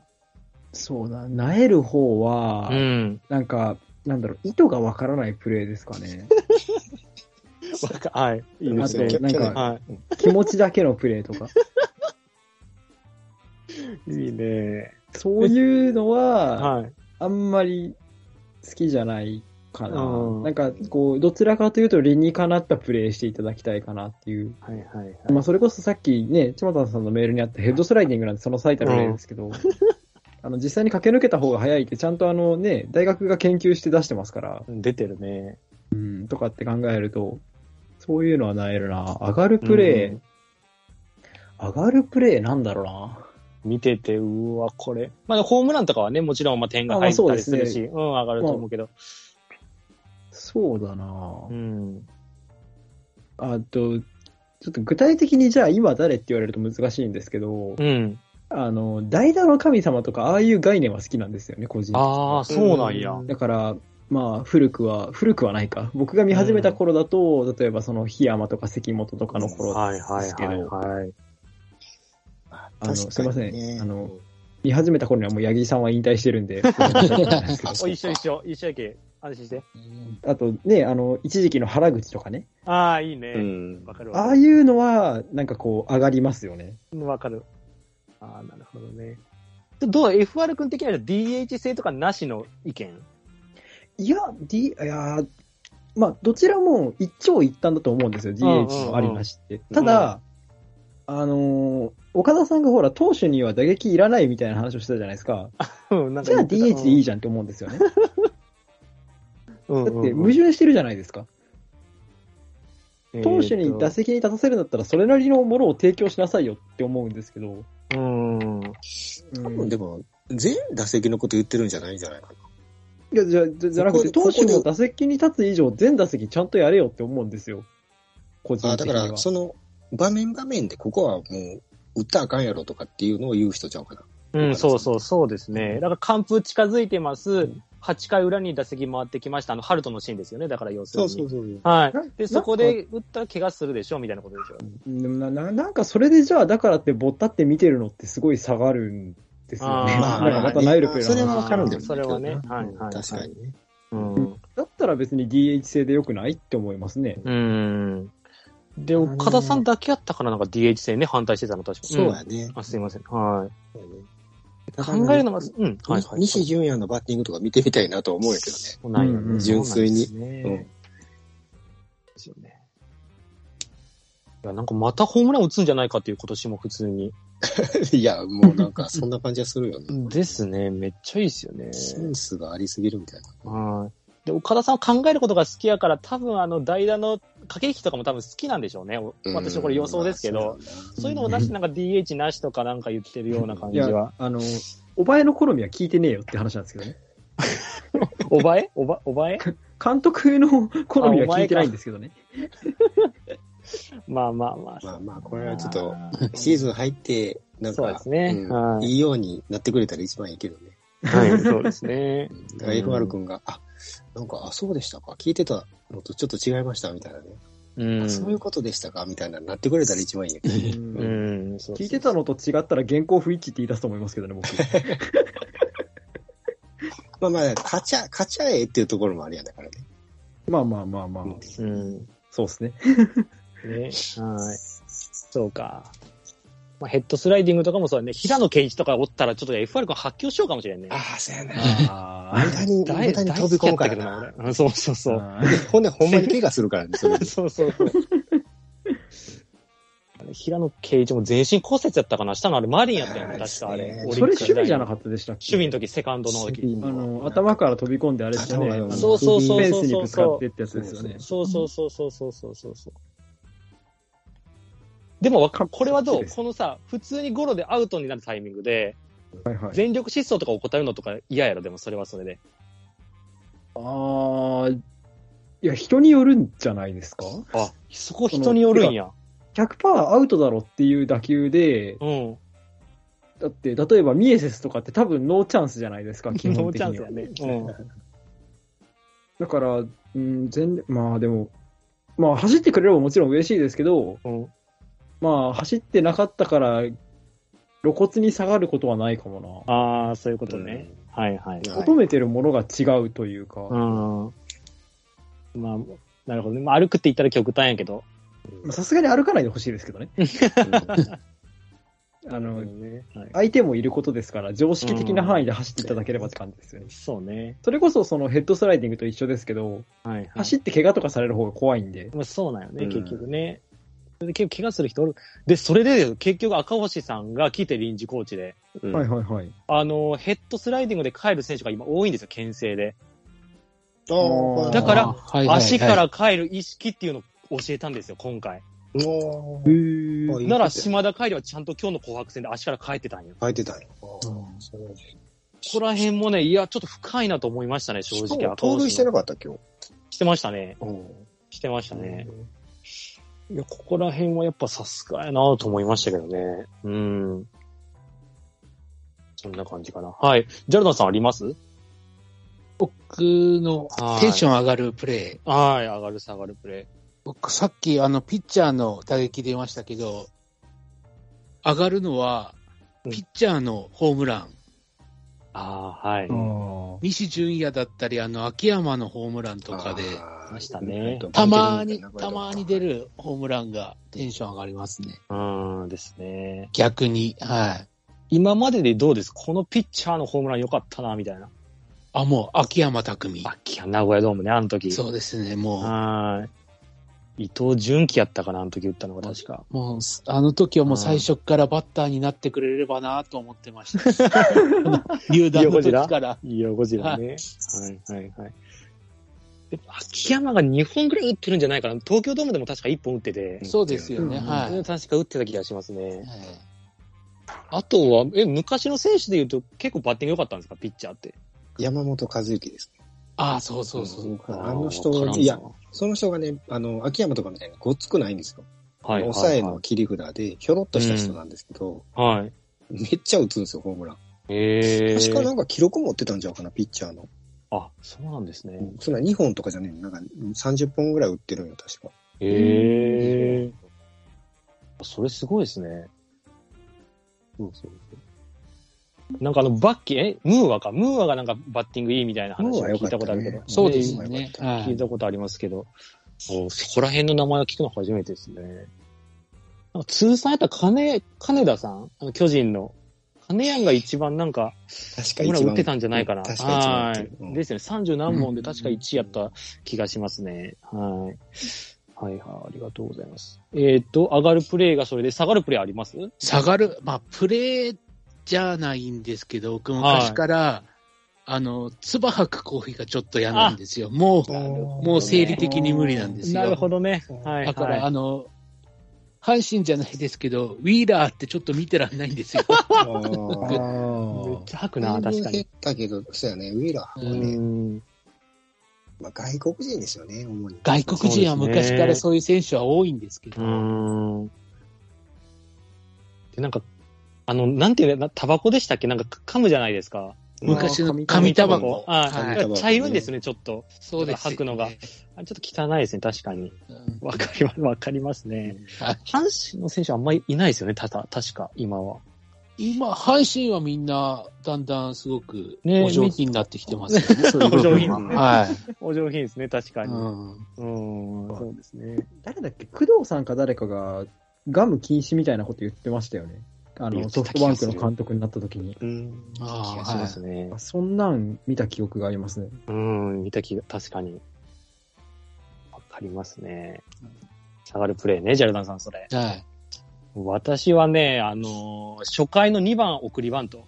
そうだ、なえる方はな。、ん。なんか、なんだろう、意図がわからないプレーですかね。 わかはい。いいんであすと、ね。去なん去年か、は気持ちだけのプレーとか。い。いいねそういうのは、はい。あんまり好きじゃないかな。うんなんか、こう、どちらかというと理にかなったプレーしていただきたいかなっていう。はいはいはい。まあ、それこそさっきね、ちまたさんのメールにあったヘッドスライディングなんてその最たる例で すけど、あの、実際に駆け抜けた方が早いって、ちゃんとあのね、大学が研究して出してますから、出てるね。うん、とかって考えると、そういうのはなえるな。上がるプレー、うん上がるプレーなんだろうな。見てて、うわ、これ。まあ、ホームランとかはね、もちろん、まあ、点があま入っあたりそすうるですし、ねうん、上がると思うけど。そうだなう。ん。あと、ちょっと具体的にじゃあ今誰って言われると難しいんですけどう、ん。あの、代打の神様とかああいう概念は好きなんですよね、個人的にああ、そうなんや。うんだから、まあ、古くは、古くはないか。僕が見始めた頃だと、例えばその、檜山とか関本とかの頃、はいはいですけどはい。ああの、すいません。あ、の確かにね、見始めた頃にはもう八木さんは引退してるんで、僕は見てないんですけどあおそう一緒一緒、一緒やけ。安心して。うんあとね、あの、一時期の原口とかね。ああ、いいね。わ、うん。かるわあかあいうのは、なんかこう、上がりますよね。る。わかる。ああ、なるほどね。どう ?FR 君的には DH 制とかなしの意見いや、D、いやー、まあ、どちらも一長一短だと思うんですよ、ん DH のありなしって。んただ、あのー岡田さんがほら、投手には打撃いらないみたいな話をしてたじゃないですか。うん、なんじゃあ DH でいいじじゃんって思うんですよね。ゃん。だって、矛盾してるじゃないですか。投手に打す。席に立たせるんだったら、それなりのものを提供しなさいよって思うんですけど。うん。うん多分でも、全打席のこと言ってるんじゃないんじゃないかな。いや、じゃあじゃじゃなくて、ここ投で手も打席に立つ以上、全打席ちゃんとやれよって思うんですよ。個人あ的だにかは。ら、その、場面場面でここはもう、打ったらあかんやろとかっていうのを言う人ちゃうかな。うん、そうそう、そうですね。だから、完封近づいてます。8回裏に打席回ってきました。あの、ハルトのシーンですよね。だから、要するに。うそう。はいな。で、そこで打ったら怪我するでしょみたいなことでしょ。でもなななんかそれでじゃあ、だからってぼったって見てるのってすごい下がるんですよね。あー まあ、なんかまたはいナイルプレイのそ話れはわかるんだよそれはねけどはいはいはい確かにね。うん。だったら別に DH 制でよくないって思いますね。うん。で、あのー岡田さんだけやったからなんか DH 戦ね、反対してたの、確かそうね。やね。あ、すいません。はい。だから考えるのが、うん、はい、西はい。西純也のバッティングとか見てみたいなと思うけどね。 そうなんやうんうんね純粋にそうなんですうねんですよね。いや、なんかまたホームラン打つんじゃないかっていう今年も普通に。いや、もうなんかそんな感じがするよね。ですね。めっちゃいいですよね。センスがありすぎるみたいな。はい。で、岡田さんは考えることが好きやから、多分あの、代打の駆け引きとかも多分好きなんでしょうね。お私のこれ予想ですけど。うんそういうのもなし、なんか DH なしとかなんか言ってるような感いじやは。、あの、お前の好みは聞いてねえよって話なんですけどね。 おばえおば、おばえ監督の好みは聞いてないんですけどね。まあまあまあ。まあまあ、これはちょっと、あシーズン入って、なんか、そうですねうんはいいいようになってくれたら一番いいけどね。ーはい、そうですねう。んだから FR 君が、あ、なんか、あ、そうでしたか。聞いてたのとちょっと違いました、みたいなね。うん。あそういうことでしたか、みたいな、なってくれたら一番いいよね。うんうん。そうそう聞いてたのと違ったら原稿不一致って言い出すと思いますけどね、僕。まあまあ、勝ちゃ、勝ちゃえっていうところもあるやんだからね。まあまあまあまあ、うん。ね。そうですね。はい。そうか。まあ、ヘッドスライディングとかもそうだね。平野健一とかおったら、ちょっと FR 君発狂しようかもしれんね。ああ、そうやな。あ無駄に、無駄に飛び込む大好きやったからな。けどな。俺うんそうそうそう。ほんで、ほんまに怪我するから ね、それでそうそうそう。あれ平野圭一も全身骨折やったかなしたのあれマリンやったよね、確かあれ。はオいリッそれクス守備じゃな時代かったでしたっけ守備の時、セカンドの時。あの、頭から飛び込んであれですよね。頭があのそうそうそうフそうそうェンスにぶつかってってやつですよね。そうそうそうそうそうそうそうそう。でもわか、これはどそううですこのさ、普通にゴロでアウトになるタイミングで、はいはい。全力疾走とか怠るのとか嫌やろ、でもそれはそれで。ああ、いや、人によるんじゃないですかあ、そこ人によるんや。 ?100% アウトだろっていう打球で、うん。だって、例えばミエセスとかって多分ノーチャンスじゃないで すか、基ノ本ー的チャンにスやは。ね。うん。だから、うん、全、まあでも、まあ走ってくれればもちろん嬉しいですけど、うんまあ走ってなかったから、露骨に下がることはないかもああ、そういうことね。はいはい。な。はい求めてるものが違うというか。うん。まあ、なるほどね。まあ、歩くって言ったら極端やけど。まあさすがに歩かないでほしいですけどね。 あなのるほ、どねはい相手もいることですから、常識的な範囲で走っていただければって感じですよね。そうね。それこそそのヘッドスライディングと一緒ですけど、はい、はい。走って怪我とかされる方が怖いんで。まあ、そうなんよね、うん結局ね。それで結構怪我する人おる。で、それで結局赤星さんが来て臨時コーチで、うんはいはいはい。あの、ヘッドスライディングで帰る選手が今多いんですよ、牽制で。あーだからあー、はいはいはい足から帰る意識っていうのを教えたんですよ、今回。もへう、ーうんなら、島田海里はちゃんと今日の紅白戦で足から帰ってたんよ。書いてたんよ。うんそれここら辺もね、いや、ちょっと深いなと思いましたね、正しか直。も盗塁してるなかった、今日。してましたね。うんしてましたね。いや、ここら辺はやっぱさすがやなと思いましたけどね。うん。そんな感じかな。はい。ジャルダンさんあります僕のはいテンション上がるプレー。はい、上がる下がるプレ僕、さっき、あの、ピッチャーの打撃出ましたけど、上がるのは、うんピッチャーのホームラン。ー。ああ、はい。あ西純也だったり、あの、秋山のホームランとかで、あーましたねたまに、たまに出。るホームランがテンション上がりますね。うんですね。逆に、はい。今まででどうですこのピッチャーのホームラン良かったな、みたいな。あ、もう、秋山拓海。あ、きや、名古屋ドームね、あの時。そうですね、もはい。伊藤純喜やったかな、あの時打ったのが確か。う、もう、あの時はもう最初からバッターになってくれればなと思ってました。入団の時から。いや、ゴジラね。はい、はい、はい。で秋山が2本ぐらい打ってるんじゃないかな。東京ドームでも確か1本打ってて。そうですよね、うんはい。はい確か打ってた気がしますね。あとは、え、昔の選手で言うと結構バッティング良かったんですか、ピッチャーって。山本和之です。ああ、そうそうそう。あの人わからんないや、その人がね、あの、秋山とかみたいにごっつくないんですよ。はい、はい。抑えの切り札で、ひょろっとした人なんですけど、はい。めっちゃ打つんですよ、ホームラン。ええ確かなんか記録持ってたんじゃうかな、ピッチャーの。あ、そうなんですね。そんな2本とかじゃねえのなんか30本ぐらい打ってるんよ、確か。ええそれすごいですね。そうそうなんかあの、バッキー、え、ムーアか。ムーアがなんかバッティングいいみたいな話ムをーア良聞かいったたねことあるけど。そうですねねね。聞いたことありますけど。おそこら辺の名前を聞くの初めてですね。なんか通算やったら金、金田さんあの巨人の。金谷が一番なんか、確かほ一ら番打ってたんじゃないかな。確か一番打ってる。はうい。んですよね。30何本で確か1位やった気がしますね。はい。はいはい、ありがとうございます。えっ、と、上がるプレイがそれで、下がるプレイあります下がる、まあ、プレーじゃないんですけど、僕はい昔から、あの、つば吐くコーヒーがちょっと嫌なんですよ。もう、もう生理的に無理なんですよ。なるほどね。はい、だかはら、いあの、阪神じゃないですけど、ウィーラーってちょっと見てらんないんですよ。ああめっー。ちゃ吐くあ。な、だ確いぶか減にっ。たけど、そうやね、ウィーラーうはね、ん。まあ、外国人ですよね、主に。 外国人そうはですね昔からそういう選手は多いんですけど、うん。で、なんか、あの、なんていうの、タバコでしたっけなんか噛むじゃないですか。昔のうん紙タバコ。あはい紙タバコ茶色いんですね、ちょっと。そうです、ね。吐くのがあれちょっと汚いですね、確かに。うんわかります、わかりますね。はい阪神の選手あんまりいないですよね、ただ、確か、今は。今、阪神はみんな、だんだんすごく、ねお上品になってきてますよね。 そういう部お上分は品ねはい。お上品ですね、確かに。ううんん、そうですね。誰だっけ工藤さんか誰かがガム禁止みたいなこと言ってましたよね。あ言の、ってソたフ気トがバするンクの監督になった時に。うん、気あーがしますね。そんなん見た記憶がありますね。うん、見た気が、確かに。わかりますね。下がるプレーね、ジャルダンさん、それ。はい。私はね、あのー初回の2番送りバント。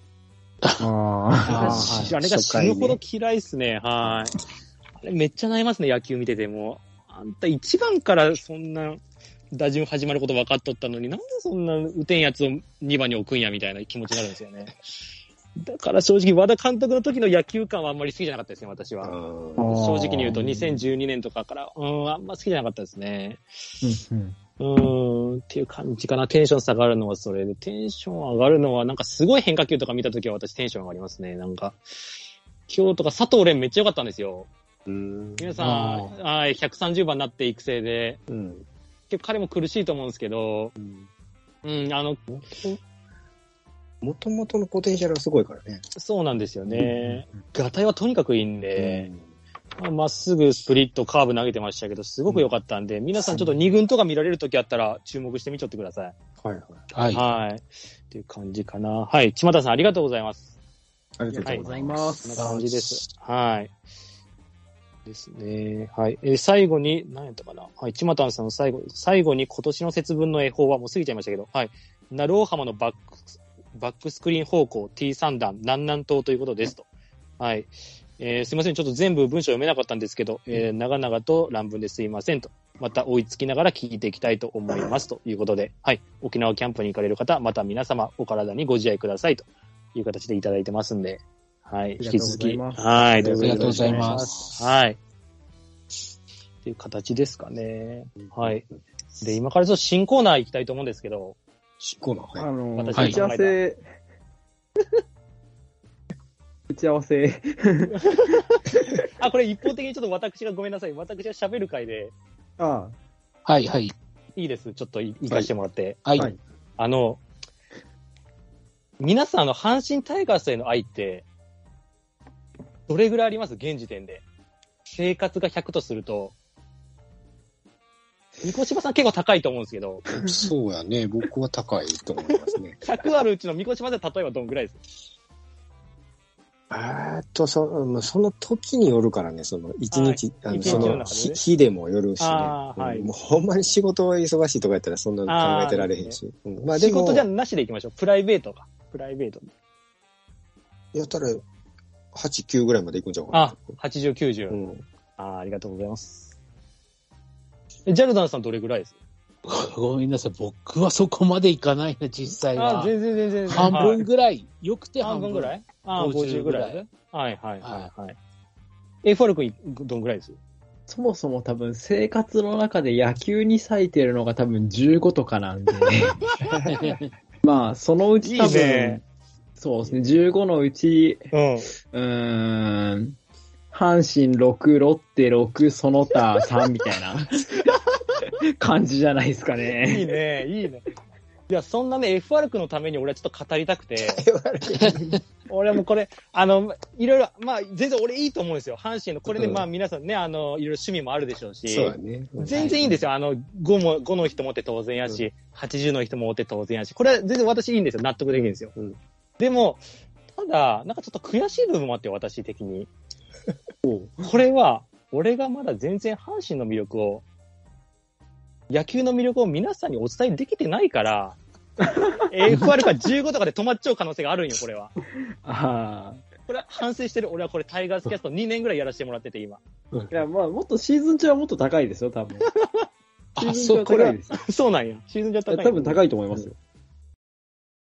ああー私はいあれが死ぬほど初嫌いっすね、はい。あれめっちゃ悩みますね、野球見てても。あんた1番からそんな打順始まること分かっとったのに、なんでそんな打てんやつを2番に置くんやみたいな気持ちになるんですよね。 だから正直、和田監督の時の野球感はあんまり好きじゃなかったですね、私あは。ーー正直に言うと、2012年とかから、うん、あんま好きじゃなかったですね。ーうんうんうーん、っていう感じかな。テンション下がるのはそれで、テンション上がるのは、なんかすごい変化球とか見たときは私テンション上がりますね。なんか、今日とか佐藤蓮めっちゃ良かったんですよ。うん皆さあん、はい、130番になって育成で、うん結構彼も苦しいと思うんですけど、うん、あの、もともとのポテンシャルはすごいからね。そうなんですよね。ガタイはとにかくいいんで、まあまっすぐスプリット、カーブ投げてましたけど、すごく良かったんで、皆さんちょっと2軍とか見られるときあったら注目してみちょってください。はいはい。はい。はい。っていう感じかな。はい。千田さん、ありがとうございます。ありありががととうごうござざいいま。ますこんな感じです。はい。ですね。はい。えー最後に、何やったかな。はい。ちまたんさんの最後、最後に今年の節分の恵方はもう過ぎちゃいましたけど、はい。ナロー浜のバック、バックスクリーン方向 T3 段、南南東ということですと。はい。えーすいません。ちょっと全部文章読めなかったんですけど、えー長々と乱文ですいませんと。また追いつきながら聞いていきたいと思いますということで、はい。沖縄キャンプに行かれる方、また皆様お体にご自愛くださいという形でいただいてますんで、はい。引りがきとうご続ざき、いますはい。。ありがとうございますはい。っていう形ですかね。はい。で、今からちょっと新コーナー行きたいと思うんですけど、執行の。あはい。の、私打ち合わせ、 打ち合わせ。あ、これ一方的にちょっと私がごめんなさい。私が喋る回で、ああ、はいはい。いいです。ちょっとい行かせてもらって。はい。はいあの、皆さん、あの、阪神タイガースへの愛って、どれぐらいあります現時点で。生活が100とすると。三越島さん結構高いと思うんですけど、そうや ね。僕は高いと思いますね。 100あるうちの三越島さん例えばどんぐらいです えーっと、その、その時によるからね、その、一日、あの、一日そのの、中でね日日でもよるしね。あーはいうんもうほんまに仕事が忙しいとかやったらそんなの考えてられへんし。うんまあで仕も、事じゃなしでいきましょう。プライベートか。プライベート。やったら、8、9ぐらいまで行くんちゃうかな。あ、80、90。うん。あーありがとうございます。えジャルダンさんどれぐらいですごめんなさい。僕はそこまでいかないな、実際あは。全然全然。半分ぐぐらい。よくてらい。半半分分ぐらい。いああ、50 50ぐぐららいい。 はいはいはいはい。え、フォル君どんぐらいですそもそも多分生活の中で野球に割いてるのが多分15とかなんで、 まあ、そのうち多分、いいねそうですね、15のうち、うん。うーん、阪神6、ロッテ6、その他3みたいな 感じじゃないです かいいね。ね、いいね。いや、そんなね、FR 君のために俺はちょっと語りたく て、俺もこれ、あの、いろいろ、まあ、全然俺いいと思うんですよ。阪神の、これね、うんまあ皆さんね、あの、いろいろ趣味もあるでしょうし、そうやね。うん全然いいんですよ。あの、5も、5の人もおって当然やし、80の人もおって当然やし、これは全然私いいんですよ。納得できるんですよ。うんでも、ただ、なんかちょっと悔しい部分もあって、私的に。これは、俺がまだ全然阪神の魅力を、野球の魅力を皆さんにお伝えできてないから、FR か15とかで止まっちゃう可能性があるんよ、これは。ああこれは反省してる。俺はこれタイガースキャスト2年ぐらいやらせてもらってて、今。 いや、まあ、もっとシーズン中はもっと高いですよ、多分。シーあ、ズン中そう、はこ高いれ、ですよ。そうなんや。シーズンじゃいや高い。多分高いと思いますよ。